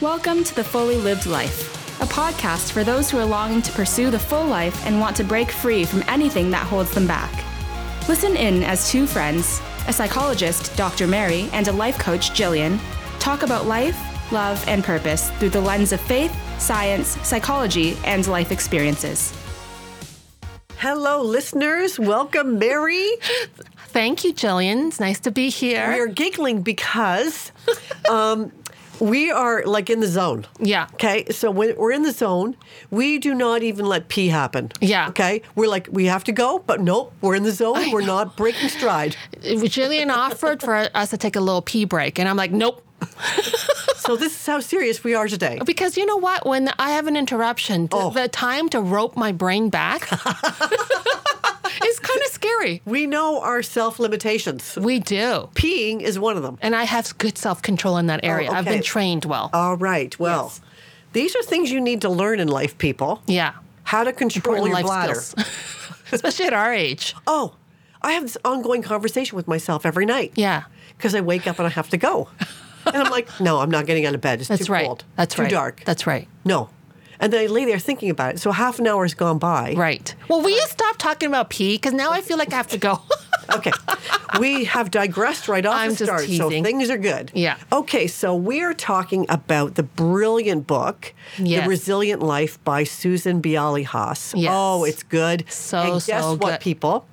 Welcome to The Fully Lived Life, a podcast for those who are longing to pursue the full life and want to break free from anything that holds them back. Listen in as two friends, a psychologist, Dr. Mary, and a life coach, Jillian, talk about life, love, and purpose through the lens of faith, science, psychology, and life experiences. Hello, listeners. Welcome, Mary. Thank you, Jillian. It's nice to be here. We're giggling because um, we are like in the zone. Yeah. Okay. So when we're in the zone, we do not even let pee happen. Yeah. Okay. We're like, we have to go, but nope, we're in the zone. We're not breaking stride. Jillian offered for us to take a little pee break, and I'm like, nope. so this is how serious we are today. Because you know what? When I have an interruption, th- Oh. the time to rope my brain back is kind of scary. We know our self limitations. We do. Peeing is one of them. And I have good self control in that area. I've Oh, okay. Oh. been trained well. All right. Well, Yes. these are things you need to learn in life, people. yeah. How to control Important your life bladder. skills. Especially at our age. Oh, I have this ongoing conversation with myself every night. Yeah. because I wake up and I have to go. And I'm like, no, I'm not getting out of bed. It's That's too right. cold. That's too right. dark. That's right. no. And then I lay there thinking about it. So half an hour has gone by. Right. Well, will you stop talking about pee? Because now I feel like I have to go. Okay. we have digressed right off I'm the just start. So teasing. things are good. Yeah. Okay. So we are talking about the brilliant book, Yes. The Resilient Life by Susan Bialy Haas. Yes. Oh, it's good. So, and guess so what, good. people?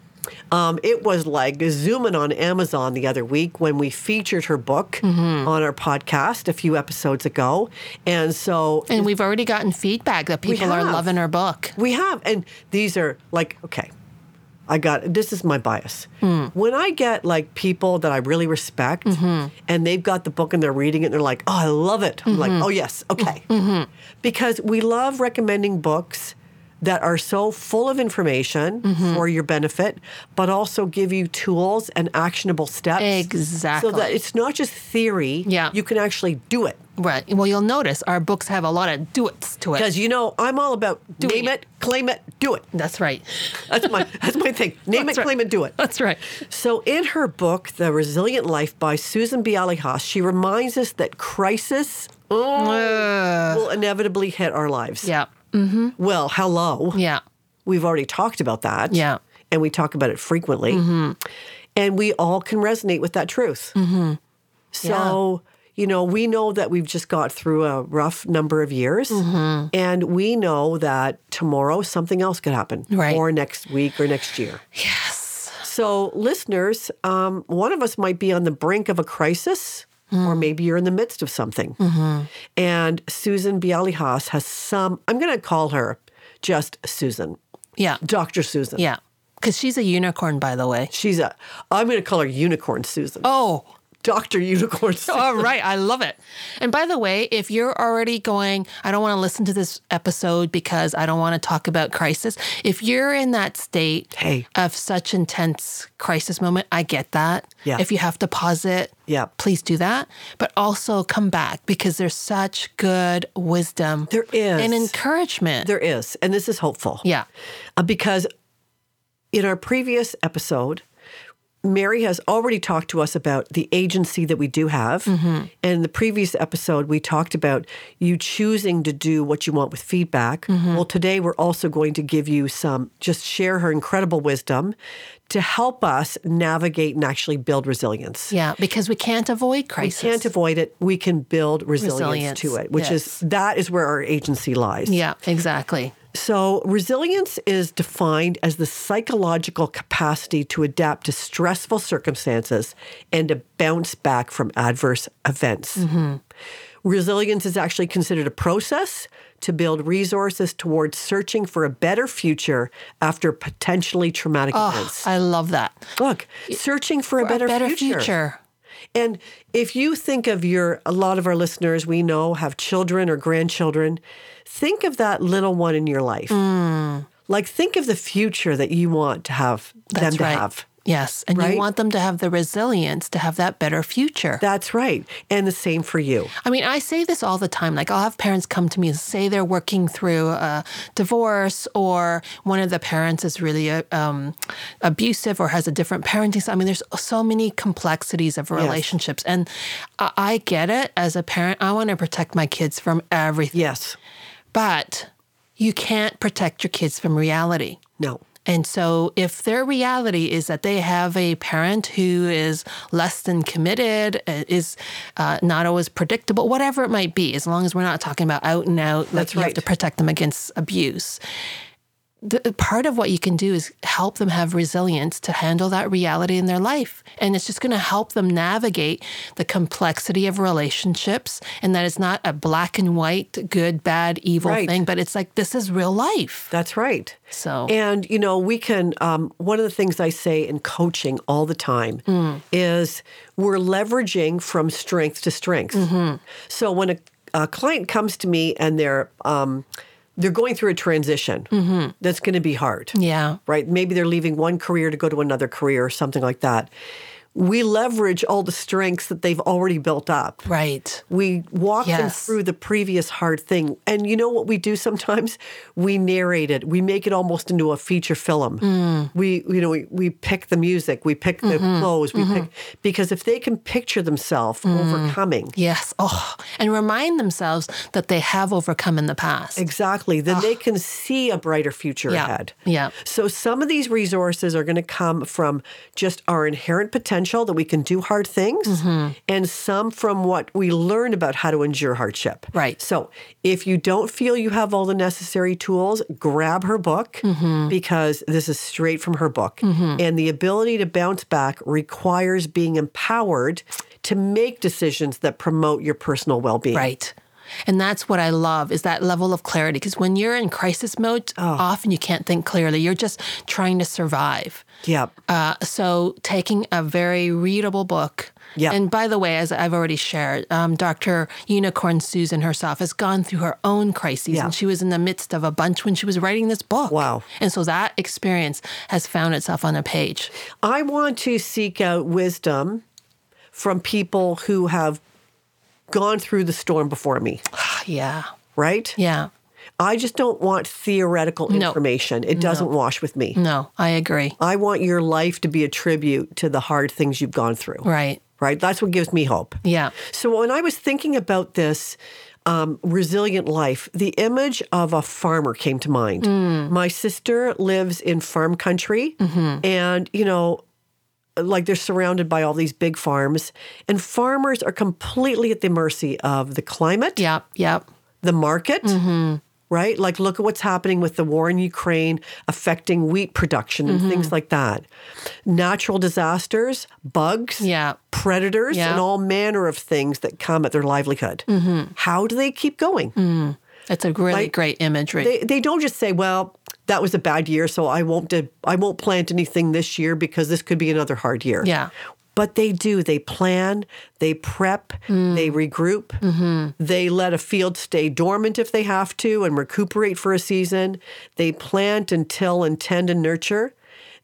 Um, it was like zooming on Amazon the other week when we featured her book Mm-hmm. on our podcast a few episodes ago. And so and we've already gotten feedback that people are have. loving our book. we have. And these are like, okay, I got this is my bias. Hmm. When I get like people that I really respect Mm-hmm. and they've got the book and they're reading it and they're like, oh, I love it. I'm Mm-hmm. like, oh, yes, okay. Because we love recommending books that are so full of information Mm-hmm. for your benefit, but also give you tools and actionable steps. Exactly. So that it's not just theory, Yeah. you can actually do it. Right. Well, you'll notice our books have a lot of do-its to it. Because you know, I'm all about Doing name it. it, claim it, do it. That's right. That's my that's my thing. Name That's it, right. claim it, do it. That's right. So in her book, The Resilient Life by Susan Bialy Haas, she reminds us that crisis oh, will inevitably hit our lives. Mm-hmm. Yeah. Mm, Well, hello. Yeah. We've already talked about that. Yeah. Mm-hmm. And we talk about it frequently. And we all can resonate with that truth. Mm-hmm. So, you know, we know that we've just got through a rough number of years. Mm-hmm. And we know that tomorrow something else could happen, Right. or next week or next year. Yes. So, listeners, um, one of us might be on the brink of a crisis, Hmm. or maybe you're in the midst of something. Mm-hmm. And Susan Bialyhas has some, I'm going to call her just Susan, Yeah. Dr. Susan. Yeah. Because she's a unicorn, by the way. She's a, I'm going to call her Unicorn Susan, Oh, Dr. Unicorn Susan. all right. I love it. And by the way, if you're already going, I don't want to listen to this episode because I don't want to talk about crisis. If you're in that state Hey. of such intense crisis moment, I get that. Yeah. If you have to pause it, Yeah. please do that. But also come back because there's such good wisdom. There is. And encouragement. There is, and this is hopeful. Yeah. Uh, because in our previous episode, Mary has already talked to us about the agency that we do have. Mm-hmm. And in the previous episode, we talked about you choosing to do what you want with feedback. Mm-hmm. Well, today we're also going to give you some, just share her incredible wisdom to help us navigate and actually build resilience. Yeah, because we can't We avoid crisis. can't avoid it. We can build resilience, Resilience, to it, which is that is where our agency lies. Yeah, exactly. So, resilience is defined as the psychological capacity to adapt to stressful circumstances and to bounce back from adverse events. Resilience is actually considered a process to build resources towards searching for a better future after potentially traumatic events. I love that. Look, searching for a better, a better future. and if you think of your, a lot of our listeners we know have children or grandchildren, think of that little one in your life. Like, think of the future that you want to have Mm. That's them to right. have. Yes. And Right? you want them to have the resilience to have that better future. That's right. And the same for you. I mean, I say this all the time. Like, I'll have parents come to me and say they're working through a divorce, or one of the parents is really uh, um, abusive or has a different parenting. style. I mean, there's so many complexities of relationships. And I, I get it as a parent. I want to protect my kids from everything, Yes. but you can't protect your kids from reality. No. And so, if their reality is that they have a parent who is less than committed, uh, is uh, not always predictable, whatever it might be, as long as we're not talking about out and out, That's like you have right. to protect them against abuse. The, the part of what you can do is help them have resilience to handle that reality in their life. And it's just going to help them navigate the complexity of relationships and that it's not a black and white, good, bad, evil Right. thing, but it's like this is real life. That's right. So- and you know, we can. Um, one of the things I say in coaching all the time Hmm. is we're leveraging from strength to strength. Mm-hmm. So when a, a client comes to me and they're um, they're going through a transition that's going to be hard, Mm-hmm. Yeah. right? Maybe they're leaving one career to go to another career or something like that. We leverage all the strengths that they've already built up. Right. We walk them Yes. through the previous hard thing. And you know what we do sometimes? We narrate it. We make it almost into a feature film. We you know, we, we pick the music, we pick the clothes, we pick because if they can picture themselves overcoming, Yes. Oh, and remind themselves that they have overcome in the past. Exactly. Then they can see a brighter future Yeah. ahead. Yeah. So some of these resources are going to come from just our inherent potential that we can do hard things, Mm-hmm. and some from what we learn about how to endure hardship. Right. So if you don't feel you have all the necessary tools, grab her book Mm-hmm. because this is straight from her book. And the ability to bounce back requires being empowered to make decisions that promote your personal well-being. Right. And that's what I love is that level of clarity. Because when you're in crisis mode, Oh. often you can't think clearly. You're just trying to survive. Yeah. Uh, so taking a very readable book. Yeah. And by the way, as I've already shared, um, Dr. Unicorn Susan herself has gone through her own crises, Yeah. and she was in the midst of a bunch when she was writing this book. Wow. And so that experience has found itself on a page. I want to seek out wisdom from people who have gone through the storm before me, yeah. right? Yeah. I just don't want theoretical No. Mm. information. It doesn't wash with me. No, I agree. I want your life to be a tribute to the hard things you've gone through. Right. Right? That's what gives me hope. Yeah. So when I was thinking about this um, resilient life, the image of a farmer came to mind. My sister lives in farm country, and you know. Like they're surrounded by all these big farms, and farmers are completely at the mercy of the climate, Yep. Yep. the market, right? Like, look at what's happening with the war in Ukraine affecting wheat production and things like that. Natural disasters, bugs, Yeah. predators, Yeah. Mm-hmm. and all manner of things that come at their livelihood. How do they keep going? Mm. It's a really Like, great imagery. They, they don't just say, well, that was a bad year, so I won't de- I won't plant anything this year because this could be another hard year. Yeah. But they do. They plan, they prep, Mm. they regroup, Mm-hmm. they let a field stay dormant if they have to and recuperate for a season. They plant and till and tend and nurture.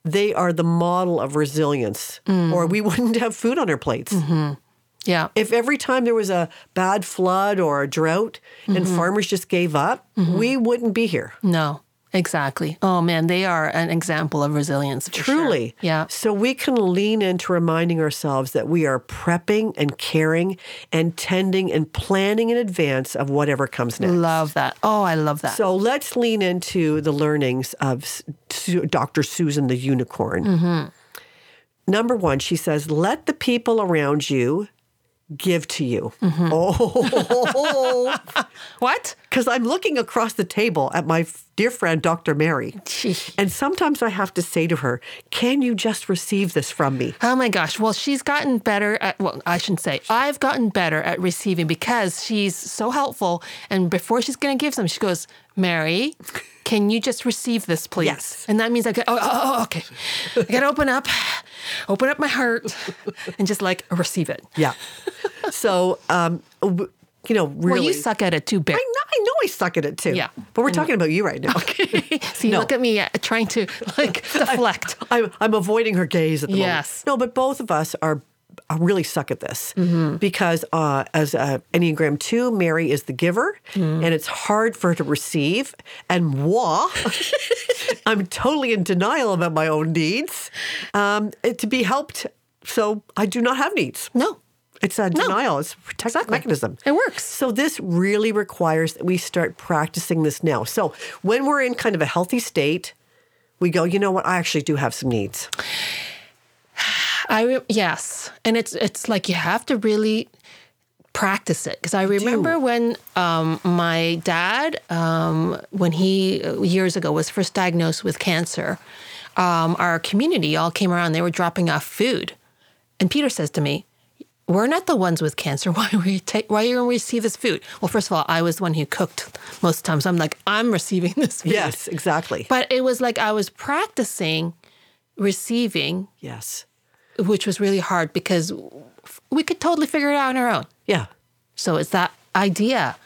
They are the model of resilience, Mm. or we wouldn't have food on our plates yeah. if every time there was a bad flood or a drought and Mm-hmm. farmers just gave up, we wouldn't be here. no. Exactly. Oh man, they are an example of resilience. for sure. Truly. Yeah. So we can lean into reminding ourselves that we are prepping and caring and tending and planning in advance of whatever comes next. Love that. Oh, I love that. So let's lean into the learnings of S- Su- Dr. Susan the Unicorn. Mm-hmm. Number one, she says, let the people around you give to you. Mm-hmm. Oh, what? because I'm looking across the table at my f- dear friend, Dr. Mary. And sometimes I have to say to her, Can you just receive this from me? Oh my gosh. Well, she's gotten better at, well, I shouldn't say, I've gotten better at receiving because she's so helpful. And before she's going to give some, she goes, Mary, can you just receive this, please? Yes. And that means I go, oh, oh, oh, okay. I got to open up, open up my heart and just like receive it. Yeah. so um, w- you know, really. Well, you suck at it too, Bear. I know, I know I suck at it too. Yeah. But we're talking about you right now. See, No. look at me uh, trying to like deflect. I'm, I'm avoiding her gaze at the Yes. moment. No, but both of us are, are really suck at this Mm-hmm. because uh, as a Enneagram 2, Mary is the giver Mm-hmm. and it's hard for her to receive. And moi, I'm totally in denial about my own needs um, eh, to be helped. So I do not have needs. No. It's a denial. It's a protective mechanism. It works. So this really requires that we start practicing this now. So when we're in kind of a healthy state, we go, you know what? I actually do have some needs. I re- yes, and it's it's like you have to really practice it because I remember when um, my dad, um, when he uh, years ago was first diagnosed with cancer, um, our community all came around. They were dropping off food, and Peter says to me. We're not the ones with cancer. Why are we take? Why are you going to receive this food? Well, first of all, I was the one who cooked most times. I'm like, I'm receiving this food. Yes, exactly. But it was like I was practicing receiving yes. which was really hard because we could totally figure it out on our own. Yeah. So it's that idea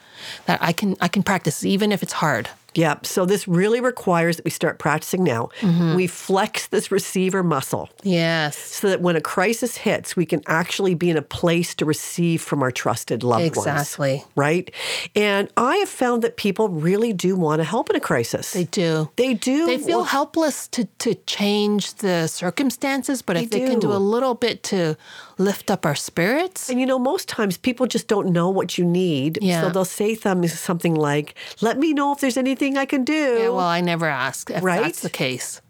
that I can I can practice even if it's hard. Yeah. So this really requires that we start practicing now. Mm-hmm. We flex this receiver muscle Yes. so that when a crisis hits, we can actually be in a place to receive from our trusted loved ones. Exactly. Right. And I have found that people really do want to help in a crisis. They do. They do. They feel Well, helpless to to change the circumstances, but if They they can do do. a little bit to lift up our spirits, And you know, most times people just don't know what you need. Yeah. So they'll say thum- something like, let me know if there's anything I can do. yeah, well, I never ask if Right? that's the case.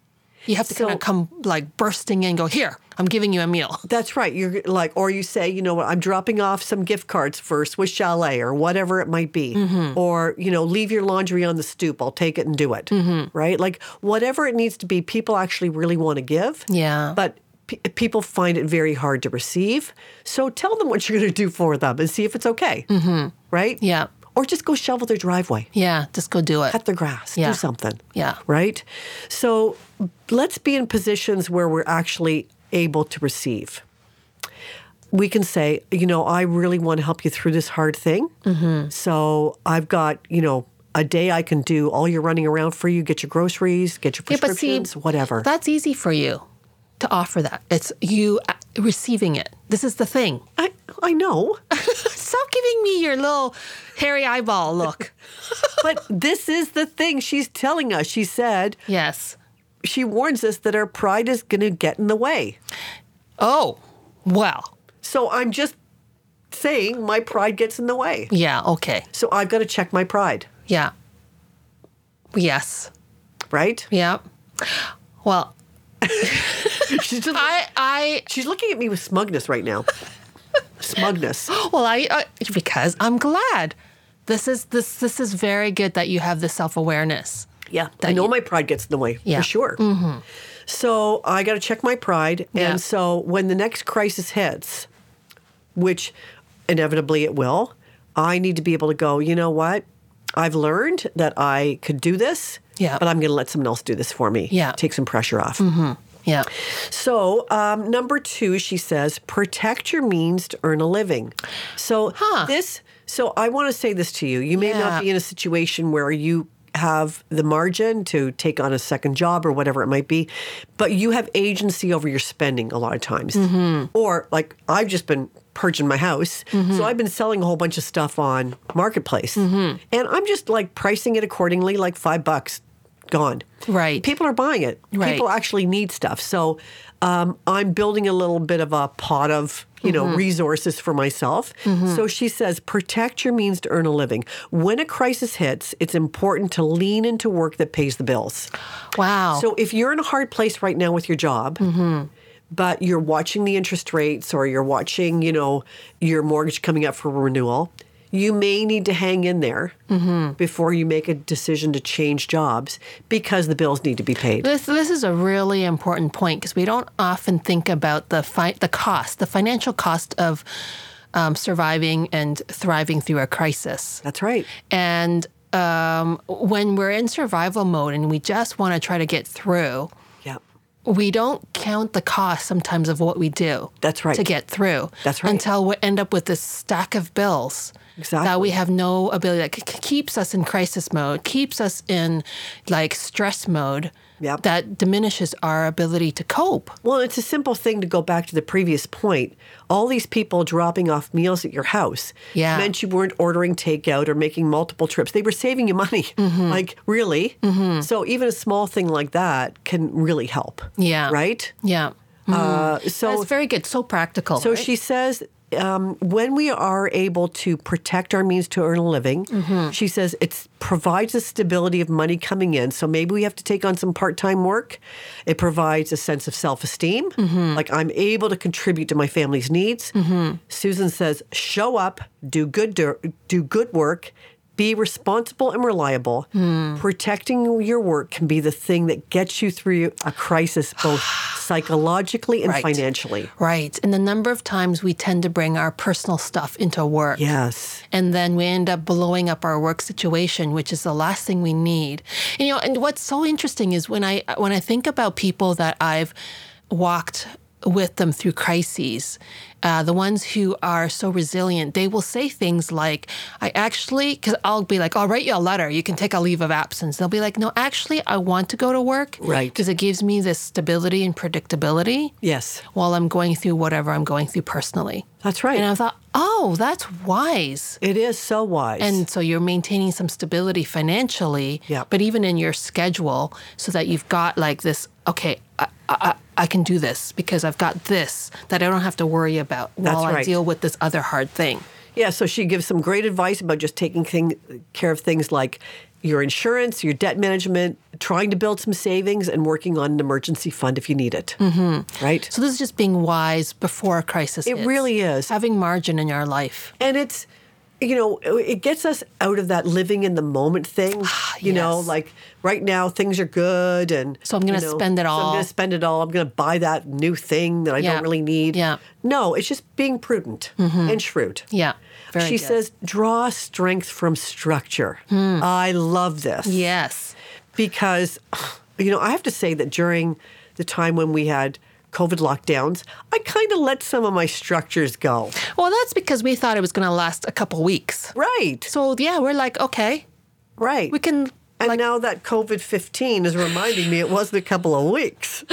You have to kind So- of come like bursting in, and go here. I'm giving you a meal. That's right. You're like, or you say, you know what, I'm dropping off some gift cards for Swiss Chalet or whatever it might be. Mm-hmm. Or, you know, leave your laundry on the stoop. I'll take it and do it. Mm-hmm. Right? Like, whatever it needs to be, people actually really want to give. Yeah. But pe people find it very hard to receive. So tell them what you're going to do for them and see if it's okay. Right? Mm-hmm. Yeah. Or just go shovel their driveway. Yeah, just go do it. cut the grass, Yeah. do something. Yeah. Right? So let's be in positions where we're actually able to receive. We can say, you know, I really want to help you through this hard thing. Mm-hmm. So I've got, you know, a day I can do all your running around for you, get your groceries, get your Yeah, but see, prescriptions, whatever. That's easy for you to offer that. It's you uh, receiving it. This is the thing. I, I know, Stop giving me your little hairy eyeball look. but this is the thing she's telling us. She said, yes. she warns us that our pride is going to get in the way. Oh, well. So I'm just saying my pride gets in the way. Yeah, okay. So I've got to check my pride, Yeah. Yes. right? Yeah. Well, She's, just, I I she's looking at me with smugness right now. smugness. well I uh, because I'm glad. This is this this is very good that you have this self-awareness. Yeah. I know my pride gets in the way Yeah. Mm-hmm. for sure. So I got to check my pride. Yeah. And so when the next crisis hits, which inevitably it will, I need to be able to go, you know what? I've learned that I could do this, Yeah. but I'm going to let someone else do this for me. Yeah. Take some pressure off. Yeah. So, um, number two, she says, protect your means to earn a living. So, this, so I want to say this to you. You may Yeah. not be in a situation where you have the margin to take on a second job or whatever it might be, but you have agency over your spending a lot of times. Mm-hmm. Or, like, I've just been purging my house. So, I've been selling a whole bunch of stuff on Marketplace. Mm-hmm. And I'm just like pricing it accordingly, like five bucks gone. Right. People are buying it. Right. People actually need stuff. So um, I'm building a little bit of a pot of, you know, resources for myself. So she says, protect your means to earn a living. When a crisis hits, it's important to lean into work that pays the bills. Wow. So if you're in a hard place right now with your job, but you're watching the interest rates or you're watching, you know, your mortgage coming up for renewal, you may need to hang in there before you make a decision to change jobs because the bills need to be paid. This this is a really important point because we don't often think about the fi- the cost, the financial cost of um, surviving and thriving through a crisis. That's right. And um, when we're in survival mode and we just want to try to get through, Yeah. we don't count the cost sometimes of what we do. That's right. To get through. That's right. Until we end up with this stack of bills that Exactly. we have no ability that c- keeps us in crisis mode, keeps us in like stress mode. Yep. That diminishes our ability to cope. Well, it's a simple thing to go back to the previous point. All these people dropping off meals at your house Yeah. meant you weren't ordering takeout or making multiple trips. They were saving you money. Mm-hmm. Like, really? So, even a small thing like that can really help. Yeah. Right? Yeah. Mm, Uh, so, That's very good. So practical. so right? she says um, when we are able to protect our means to earn a living, Mm-hmm. she says it provides a stability of money coming in. So maybe we have to take on some part time work. It provides a sense of self esteem, Mm-hmm. like I'm able to contribute to my family's needs. Susan says, show up, do good, dir- do good work. Be responsible and reliable. Hmm. Protecting your work can be the thing that gets you through a crisis, both psychologically and Right. financially. Right. And the number of times we tend to bring our personal stuff into work. Yes. And then we end up blowing up our work situation, which is the last thing we need. You know, and what's so interesting is when I when I think about people that I've walked with them through crises, uh, the ones who are so resilient, they will say things like, "I actually," because I'll be like, "I'll write you a letter. You can take a leave of absence." They'll be like, "No, actually, I want to go to work, Right. Because it gives me this stability and predictability." Yes, while I'm going through whatever I'm going through personally. that's right. And I thought, oh, that's wise. it is so wise. And so you're maintaining some stability financially, Yeah. but even in your schedule, so that you've got like this, okay, I, I, I can do this because I've got this that I don't have to worry about That's while I right. deal with this other hard thing. yeah, so she gives some great advice about just taking thing, care of things like your insurance, your debt management, trying to build some savings, and working on an emergency fund if you need it. Mm-hmm. Right? So this is just being wise before a crisis. It hits. really is. Having margin in our life. and it's you know it gets us out of that living in the moment thing you know Ah, Yes. like right now things are good and So I'm gonna you know, spend it so i'm all. gonna spend it all i'm gonna buy that new thing that i Yeah. don't really need Yeah. Mm-hmm. no it's just being prudent and shrewd Yeah. Very she good. Hmm. says draw strength from structure i love this Yes. because you know i have to say that during the time when we had covid lockdowns i kind of let some of my structures go Well, that's because we thought it was going to last a couple weeks. right So yeah, we're like, okay, right we can And like now that COVID 15 is reminding me it wasn't a couple of weeks,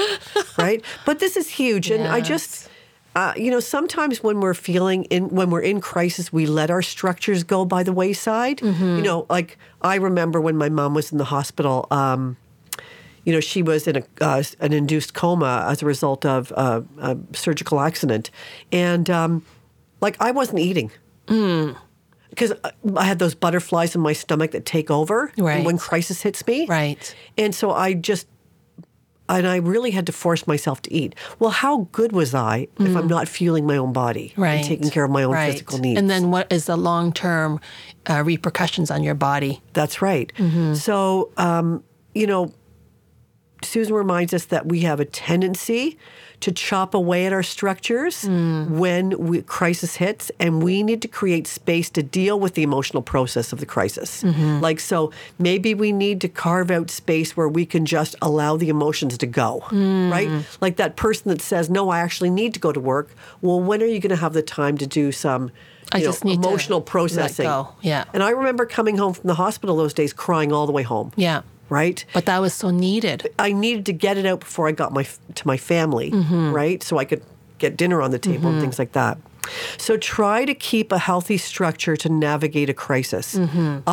right? But this is huge. And I just, uh, you know, sometimes when we're feeling in, when we're in crisis, we let our structures go by the wayside. You know, like I remember when my mom was in the hospital, um, you know, she was in a, uh, an induced coma as a result of uh, a surgical accident. And um, like I wasn't eating. Because uh, I had those butterflies in my stomach that take over Right. when crisis hits me. right. And so I just, and I really had to force myself to eat. Well, how good was I if I'm not fueling my own body Mm. Right. and taking care of my own Right. physical needs? And then what is the long term uh, repercussions on your body? That's right. Mm-hmm. So, um, you know, Susan reminds us that we have a tendency to chop away at our structures Mm. when we, crisis hits, and we need to create space to deal with the emotional process of the crisis. Mm-hmm. Like, so maybe we need to carve out space where we can just allow the emotions to go, Mm. right? Like that person that says, No, I actually need to go to work. Well, when are you going to have the time to do some? I you know, just need to emotional let processing. go. Yeah. And I remember coming home from the hospital those days crying all the way home. Yeah. Right? But that was so needed. I needed to get it out before I got my to my family, right? So I could get dinner on the table and things like that. So try to keep a healthy structure to navigate a crisis.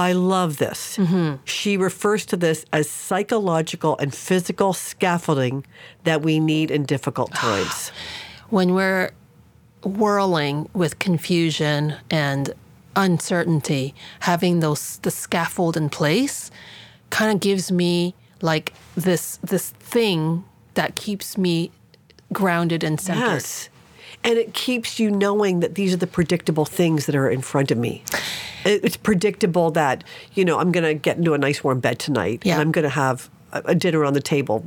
I love this. She refers to this as psychological and physical scaffolding that we need in difficult times. When we're whirling with confusion and uncertainty, having those the scaffold in place kind of gives me like this this thing that keeps me grounded and centered. Yes. And it keeps you knowing that these are the predictable things that are in front of me. It- It's predictable that, you know, I'm going to get into a nice warm bed tonight Yeah. and I'm going to have a, a dinner on the table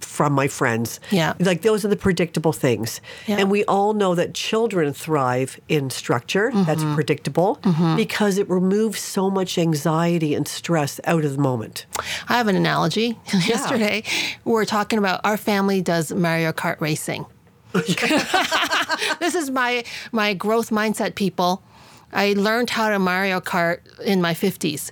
from my friends. Yeah. Like those are the predictable things. Yeah. And we all know that children thrive in structure that's Mm-hmm. predictable because it removes so much anxiety and stress out of the moment. I have an analogy. Yesterday, we were talking about our family does Mario Kart racing. this is my my growth mindset, people. I learned how to Mario Kart in my 50s.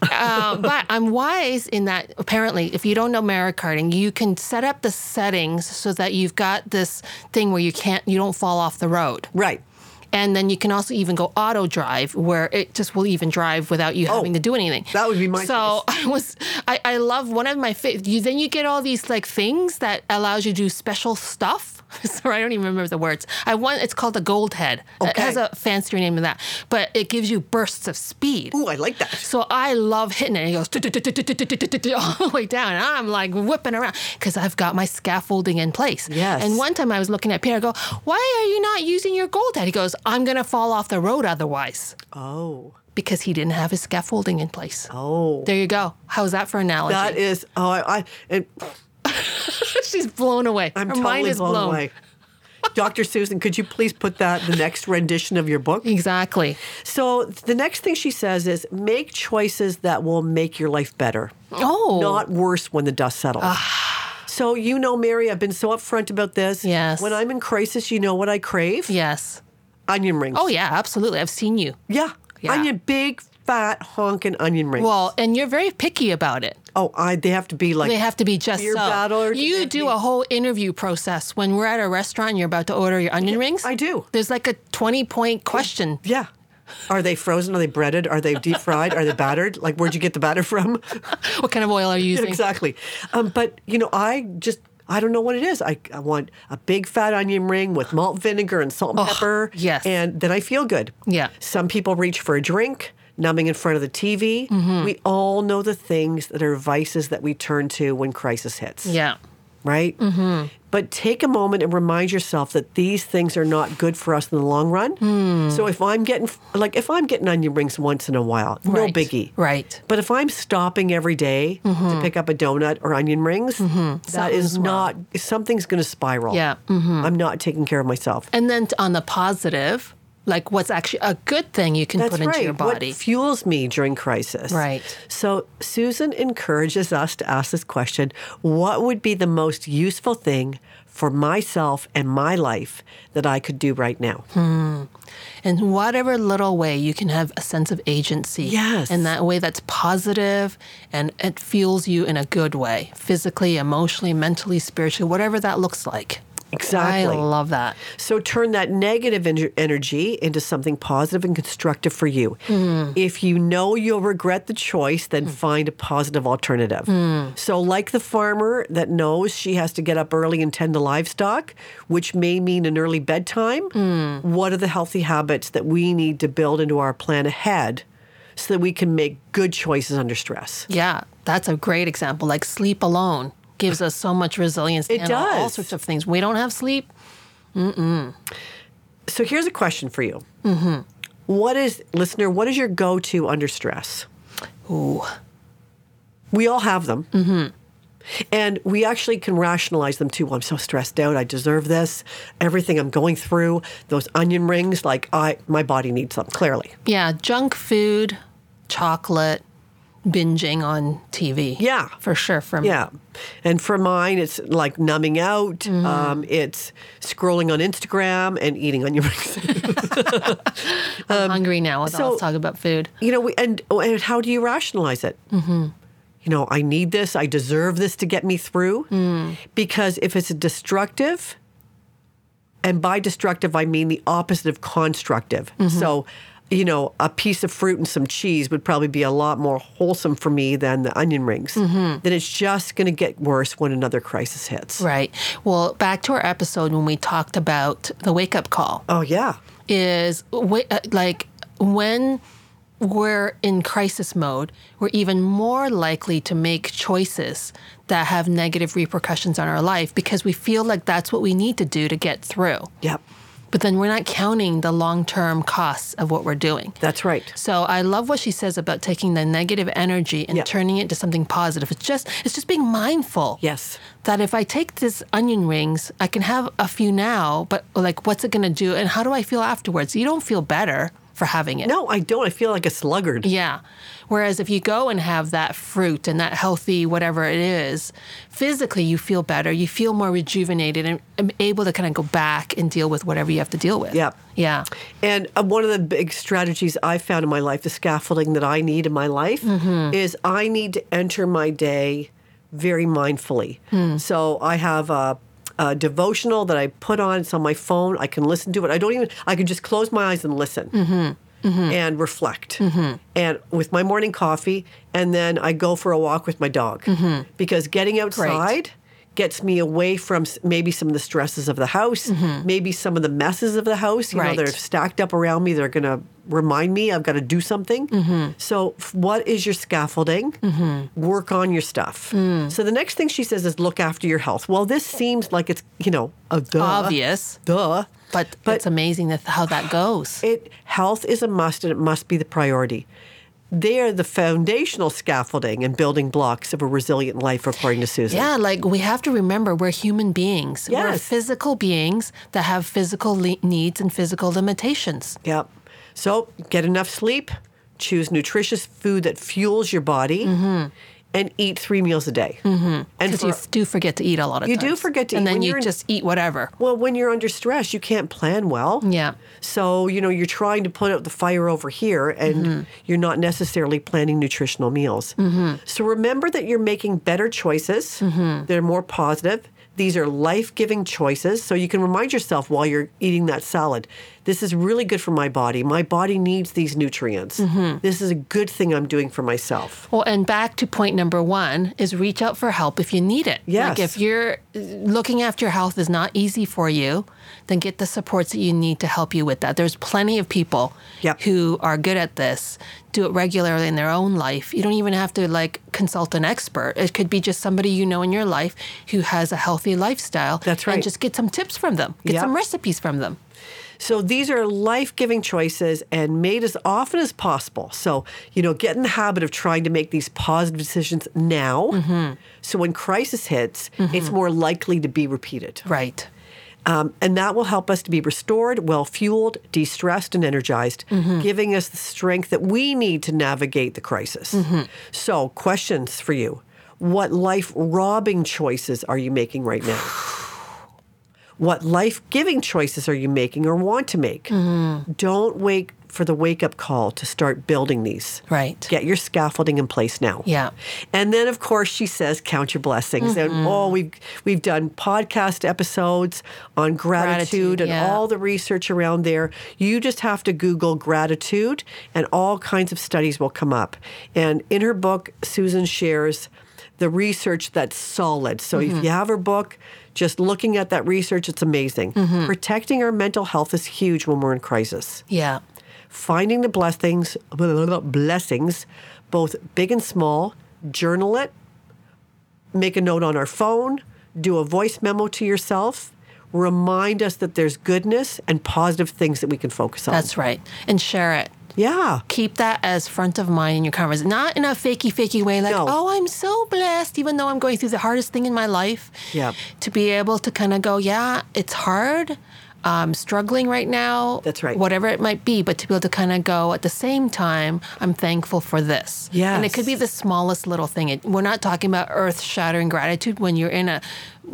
Uh, but I'm wise in that apparently, if you don't know Mario Karting, you can set up the settings so that you've got this thing where you can't, you don't fall off the road. Right. And then you can also even go auto drive, where it just will even drive without you having to do anything. Oh, that would be my So I was, I, I love one of my favorite. You then you get all these like things that allows you to do special stuff. Sorry, I don't even remember the words. I one, it's called the gold head. It has Okay. a fancier name than that, but it gives you bursts of speed. Ooh, I like that. So I love hitting it. And it goes "Tut-tut-tut-tut-tut-tut-tut-tut," all the way down. And I'm like whipping around because I've got my scaffolding in place. Yes. And one time I was looking at Pierre, I go, Why are you not using your gold head? He goes, I'm going to fall off the road otherwise Oh. because he didn't have his scaffolding in place. Oh. There you go. How's that for analogy? That is oh I, I and She's blown away. I'm Her totally mind is blown, blown. away. Dr. Susan, could you please put that the next rendition of your book? Exactly. So the next thing she says is make choices that will make your life better, Oh. Ah. not worse when the dust settles. So you know, Mary, I've been so upfront about this. Yes. When I'm in crisis, you know what I crave? yes. Onion rings. Oh, yeah, absolutely. I've seen you. yeah. Yeah. Onion, big, fat, honking onion rings. Well, and you're very picky about it. oh, I they have to be like They have to be just beer so. battle or- you do a whole interview process when we're at a restaurant and you're about to order your onion rings. I do. There's like a 20 point question. yeah. Are they frozen? Are they breaded? Are they deep fried? Are they battered? Like, where'd you get the batter from? What kind of oil are you using? exactly. Um, but you know, I just I don't know what it is. I, I want a big fat onion ring with malt vinegar and salt and pepper. yes. and then I feel good. Yeah. Some people reach for a drink, numbing in front of the TV. Mm-hmm. We all know the things that are vices that we turn to when crisis hits. Yeah. Right. Mm-hmm. But take a moment and remind yourself that these things are not good for us in the long run. Hmm. So if I'm getting like if I'm getting onion rings once in a while, no Right. biggie. Right. Mm-hmm. But if I'm stopping every day to pick up a donut or onion rings, that is Something's wrong. not something's going to spiral. Yeah, Mm-hmm. I'm not taking care of myself. And then t- on the positive, like what's actually a good thing you can That's put right. into your body. What fuels me during crisis? Right. So Susan encourages us to ask this question: What would be the most useful thing for myself and my life that I could do right now? in whatever little way you can have a sense of agency. Yes. In that way that's positive and it fuels you in a good way, physically, emotionally, mentally, spiritually, whatever that looks like. Exactly. I love that. So turn that negative en- energy into something positive and constructive for you. If you know you'll regret the choice, then find a positive alternative. So, like the farmer that knows she has to get up early and tend the livestock, which may mean an early bedtime, what are the healthy habits that we need to build into our plan ahead? So that we can make good choices under stress. Yeah, that's a great example. Like sleep alone gives us so much resilience. It and all- All does. sorts of things. We don't have sleep. So here's a question for you. Mm-hmm. What is, listener, what is your go to under stress? Ooh, We all have them. Mm-hmm. And we actually can rationalize them too. Well, I'm so stressed out. I deserve this. Everything I'm going through, those onion rings, like I, my body needs them clearly. yeah, junk food, chocolate, binging on TV. Yeah. for sure. For me. Yeah. And for mine, it's like numbing out. Um, it's scrolling on Instagram and eating onion rings. I'm hungry now. With all so- this talk about food. you know, we, and, oh, and how do you rationalize it? Mm-hmm. You know, I need this. I deserve this to get me through. Because if it's destructive, and by destructive, I mean the opposite of constructive. So, you know, a piece of fruit and some cheese would probably be a lot more wholesome for me than the onion rings. Then it's just going to get worse when another crisis hits. Right. Well, back to our episode when we talked about the wake up call Oh, yeah. is wa- uh, like when we're in crisis mode, we're even more likely to make choices that have negative repercussions on our life because we feel like that's what we need to do to get through. Yep. but then we're not counting the long term costs of what we're doing. That's right. So I love what she says about taking the negative energy and Yeah. turning it to something positive. It's just it's just being mindful. Yes. That if I take this onion rings, I can have a few now, but like what's it going to do and how do I feel afterwards? You don't feel better for having it. No, I don't. I feel like a sluggard. Yeah. Whereas if you go and have that fruit and that healthy whatever it is, physically you feel better, you feel more rejuvenated and- and able to kind of go back and deal with whatever you have to deal with. Yeah. Yeah. And uh, one of the big strategies I found in my life, the scaffolding that I need in my life, is I need to enter my day very mindfully. So I have a, a devotional that I put on. It's on my phone. I can listen to it. I don't even. I can just close my eyes and listen. And reflect, and with my morning coffee, and then I go for a walk with my dog because getting outside gets me away from s- maybe some of the stresses of the house, maybe some of the messes of the house. You Right. know, they're stacked up around me. They're going to remind me I've got to do something. Mm-hmm. So, f- what is your scaffolding? Work on your stuff. Mm. So, the next thing she says is look after your health. Well, this seems like it's, you know, a duh. Obvious. Duh. Oh, But, uh But- it's amazing that how that goes. It health is a must and it must be the priority. They are the foundational scaffolding and building blocks of a resilient life, according to Susan. Yeah, like we have to remember we're human beings. We're Yes. physical beings that have physical le- needs and physical limitations. Yep. So get enough sleep, choose nutritious food that fuels your body, and eat three meals a day. Mm-hmm. And Mm-hmm. Because for, you f- do forget to eat a lot of You times. do forget to and eat when And then you you're in- just eat whatever. well, when you're under stress, you can't plan well. Yeah. So you know you're trying to put out the fire over here, and you're not necessarily planning nutritional meals. So remember that you're making better choices. They're more positive. These are life-giving choices. So you can remind yourself while you're eating that salad, this is really good for my body. My body needs these nutrients. This is a good thing I'm doing for myself. Well, and back to point number one is reach out for help if you need it. Yes. Like if you're looking after your health is not easy for you, then get the supports that you need to help you with that. There's plenty of people Yep. who are good at this, do it regularly in their own life. You don't even have to like consult an expert. It could be just somebody you know in your life who has a healthy lifestyle. That's And right. just get some tips from them. Get Yep. some recipes from them. So these are life giving choices and made as often as possible. So, you know, get in the habit of trying to make these positive decisions now. So when crisis hits, it's more likely to be repeated. Right. Um, and that will help us to be restored, well fueled, de stressed, and energized, giving us the strength that we need to navigate the crisis. So, questions for you What life robbing choices are you making right now? What life giving choices are you making or want to make? Don't wait for the wake up call to start building these. Right. Get your scaffolding in place now. Yeah. Mm-hmm. And then of course she says count your blessings. And oh, we've we've done podcast episodes on gratitude, Gratitude, and yeah. all the research around there. You just have to Google gratitude and all kinds of studies will come up. And in her book, Susan shares the research that's solid. So Mm-hmm. if you have her book, just looking at that research, it's amazing. Mm-hmm. Protecting our mental health is huge when we're in crisis Yeah. finding the blessings, blessings, both big and small. Journal it. Make a note on our phone. Do a voice memo to yourself. Remind us that there's goodness and positive things that we can focus on. That's right. And share it. yeah. keep that as front of mind in your conversation. Not in a fakey, fakey way, like, No. oh, I'm so blessed, even though I'm going through the hardest thing in my life. Yeah. To be able to kind of go, yeah, it's hard. I'm struggling right now. That's right. Whatever it might be, but to be able to kind of go at the same time, I'm thankful for this. And it could be Yes. the smallest little thing. It, we're not talking about earth-shattering gratitude when you're in a,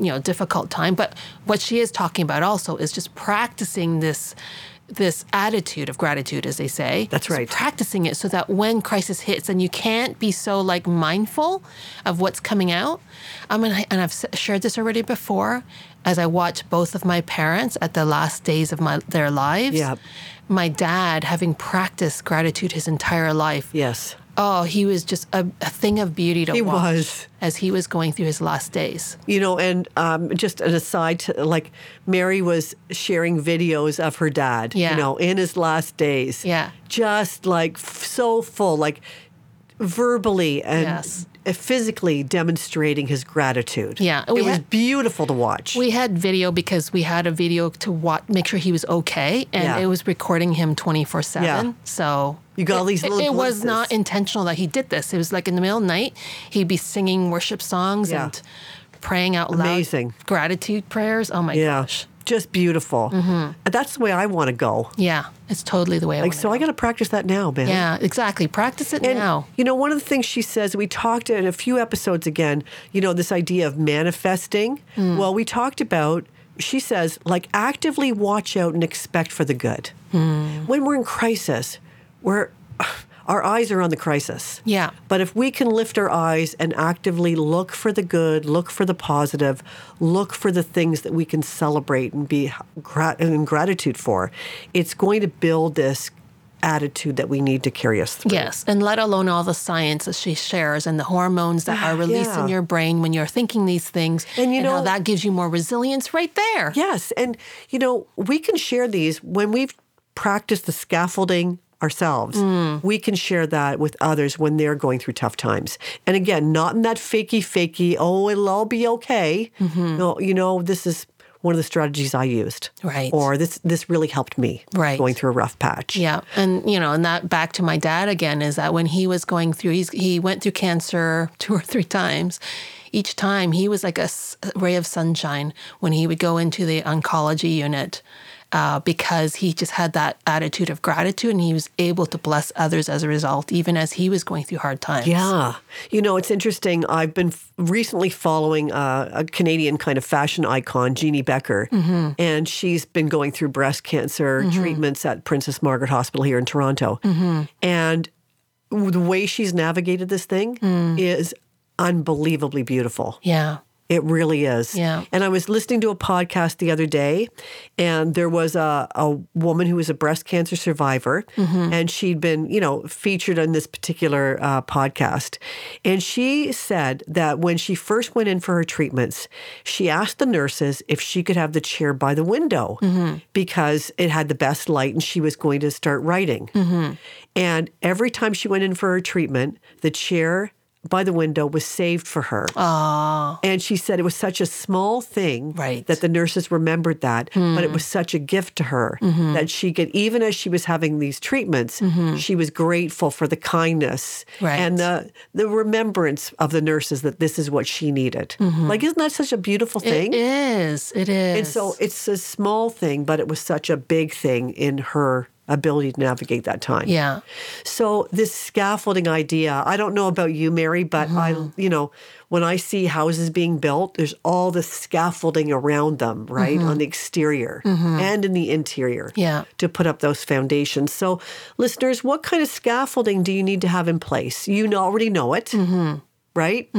you know, difficult time. But what she is talking about also is just practicing this, this attitude of gratitude, as they say. That's Just right. practicing it so that when crisis hits and you can't be so like mindful of what's coming out. I mean, I, and I've s- shared this already before. As I watched both of my parents at the last days of my their lives, Yep. my dad having practiced gratitude his entire life. Yes. Oh, he was just a, a thing of beauty to He watch was. as he was going through his last days. You know, and um, just an aside to like Mary was sharing videos of her dad, Yeah. you know, in his last days. Yeah. Just like f- so full, like verbally and Yes. physically demonstrating his gratitude. Yeah, It we was had- beautiful to watch. We had video because we had a video to watch, make sure he was okay, and Yeah. it was recording him twenty four Yeah. seven. So You got all these It, little it was not glimpses. intentional that he did this. It was like in the middle of the night, he'd be singing worship songs Yeah. and praying out loud, Amazing. gratitude prayers. Oh my yeah. gosh, Just beautiful. Mm-hmm. And that's the way I want to go. yeah, it's totally the way. I Like, wanna so I got to practice that now, man. Yeah, exactly. Practice it And now. you know, one of the things she says, we talked in a few episodes again, you know, this idea of manifesting. Hmm. Well, we talked about, she says, like actively watch out and expect for the good. Hmm. When we're in crisis, we're, our eyes are on the crisis. Yeah. But if we can lift our eyes and actively look for the good, look for the positive, look for the things that we can celebrate and be grat- in gratitude for, it's going to build this attitude that we need to carry us through. Yes, and let alone all the science that she shares and the hormones that are released in Yeah. your brain when you're thinking these things, And you how know- that gives you more resilience right there. Yes. And, you know, we can share these when we've practiced the scaffolding ourselves. Mm. We can share that with others when they're going through tough times. And again, not in that fakey, fakey, oh, it'll all be okay. Mm-hmm. No, you know, this is one of the strategies I used. Right. Or this this really helped me Right. going through a rough patch. Yeah, and you know, and that back to my dad again is that when he was going through, he's, he went through cancer two or three times. Each time, he was like a s- ray of sunshine when he would go into the oncology unit. Uh, because he just had that attitude of gratitude and he was able to bless others as a result, even as he was going through hard times. Yeah. You know, it's interesting. I've been f- recently following uh, a Canadian kind of fashion icon, Jeannie Becker, and she's been going through breast cancer treatments at Princess Margaret Hospital here in Toronto. And w- the way she's navigated this thing is unbelievably beautiful. Yeah. It really is. Yeah. And I was listening to a podcast the other day, and there was a, a woman who was a breast cancer survivor, and she'd been, you know, featured on this particular uh, podcast. And she said that when she first went in for her treatments, she asked the nurses if she could have the chair by the window because it had the best light and she was going to start writing. And every time she went in for her treatment, the chair by the window was saved for her. And she said it was such a small thing Right. Hmm. that the nurses remembered that, but it was such a gift to her Mm-hmm. that she could, even as she was having these treatments, she was grateful for the kindness Right. and the the remembrance of the nurses that this is what she needed. Like, isn't that such a beautiful thing? Mm-hmm. It is. It is. and so it's a small thing, but it was such a big thing in her ability to navigate that time. yeah. So this scaffolding idea, I don't know about you, Mary, but I, you know, when I see houses being built, there's all this scaffolding around them, right, on the exterior and in the interior, Yeah. to put up those foundations. So, listeners, what kind of scaffolding do you need to have in place? You kn- already know it. Right?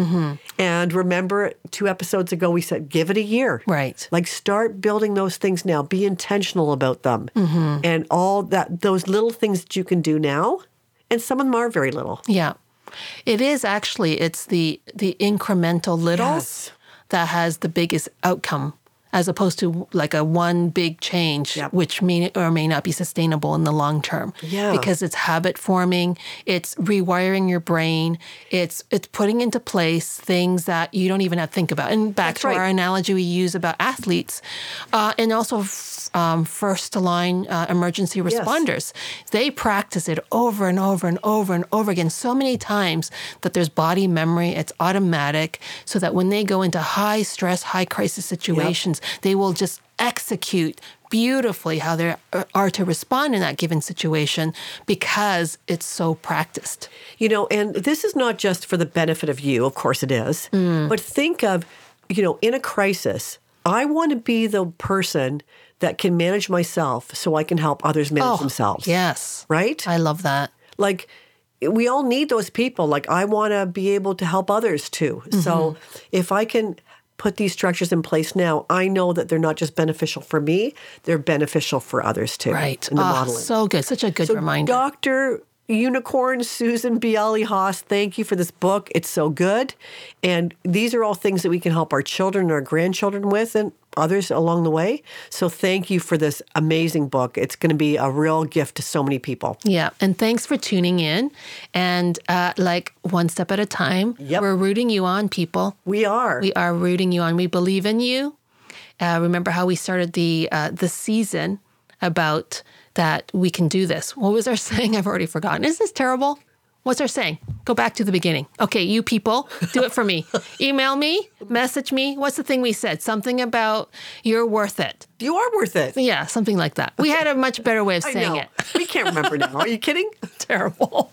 And remember, two episodes ago, we said give it a year. Right. Like start building those things now. Be intentional about them. And all that those little things that you can do now. And some of them are very little. Yeah. It is actually it's the the incremental littles Yes. that has the biggest outcome as opposed to like a one big change Yep. which may or may not be sustainable in the long term. Yeah. Because it's habit forming, it's rewiring your brain, it's it's putting into place things that you don't even have to think about. And back That's to our right. analogy we use about athletes uh, and also f- um, first line uh, emergency responders doctors, they practice it over and over and over and over again so many times that there's body memory. It's automatic so that when they go into high stress, high crisis situations, they will just execute beautifully how they are to respond in that given situation because it's so practiced. You know, and this is not just for the benefit of you, of course it is, but think of, you know, in a crisis, I want to be the person that can manage myself so I can help others manage Oh, themselves. Yes. Right? I love that. like we all need those people like i want to be able to help others too so Mm-hmm. if i can put these structures in place now i know that they're not just beneficial for me they're beneficial for others too Right. in the Ah, modeling so good. Such a good reminder. Dr. Unicorn Susan Bialy Haas, thank you for this book. It's so good. And these are all things that we can help our children and our grandchildren with. And others along the way. So thank you for this amazing book. It's going to be a real gift to so many people. Yeah. And thanks for tuning in. And uh, like one step at a time, Yep. we're rooting you on, people. We are. We are rooting you on. We believe in you. Uh, remember how we started the uh, the season about that we can do this. What was our saying? I've already forgotten. Is this terrible? What's our saying? Go back to the beginning. Okay, you people, do it for me. Email me, message me. What's the thing we said? Something about you're worth it. you are worth it. Yeah, something like that. We had a much better way of I saying know. it. We can't remember now. Are you kidding? Terrible.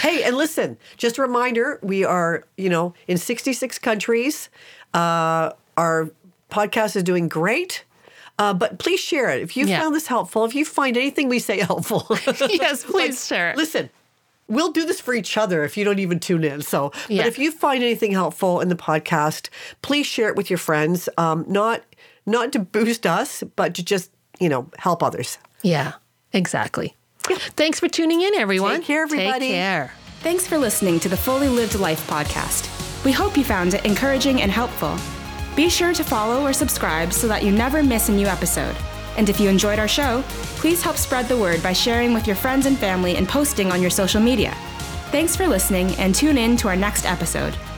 Hey, and listen, just a reminder we are, you know, in 66 countries. Uh, our podcast is doing great. Uh, but please share it. If you Yeah. found this helpful, if you find anything we say helpful, Yes, please share it. Listen, we'll do this for each other if you don't even tune in. So, Yeah. but if you find anything helpful in the podcast, please share it with your friends. Um, not not to boost us, but to just you know help others. Yeah, exactly. Thanks for tuning in, everyone. Take care, everybody. Take care. Thanks for listening to the Fully Lived Life podcast. We hope you found it encouraging and helpful. Be sure to follow or subscribe so that you never miss a new episode. And if you enjoyed our show, please help spread the word by sharing with your friends and family and posting on your social media. Thanks for listening and tune in to our next episode.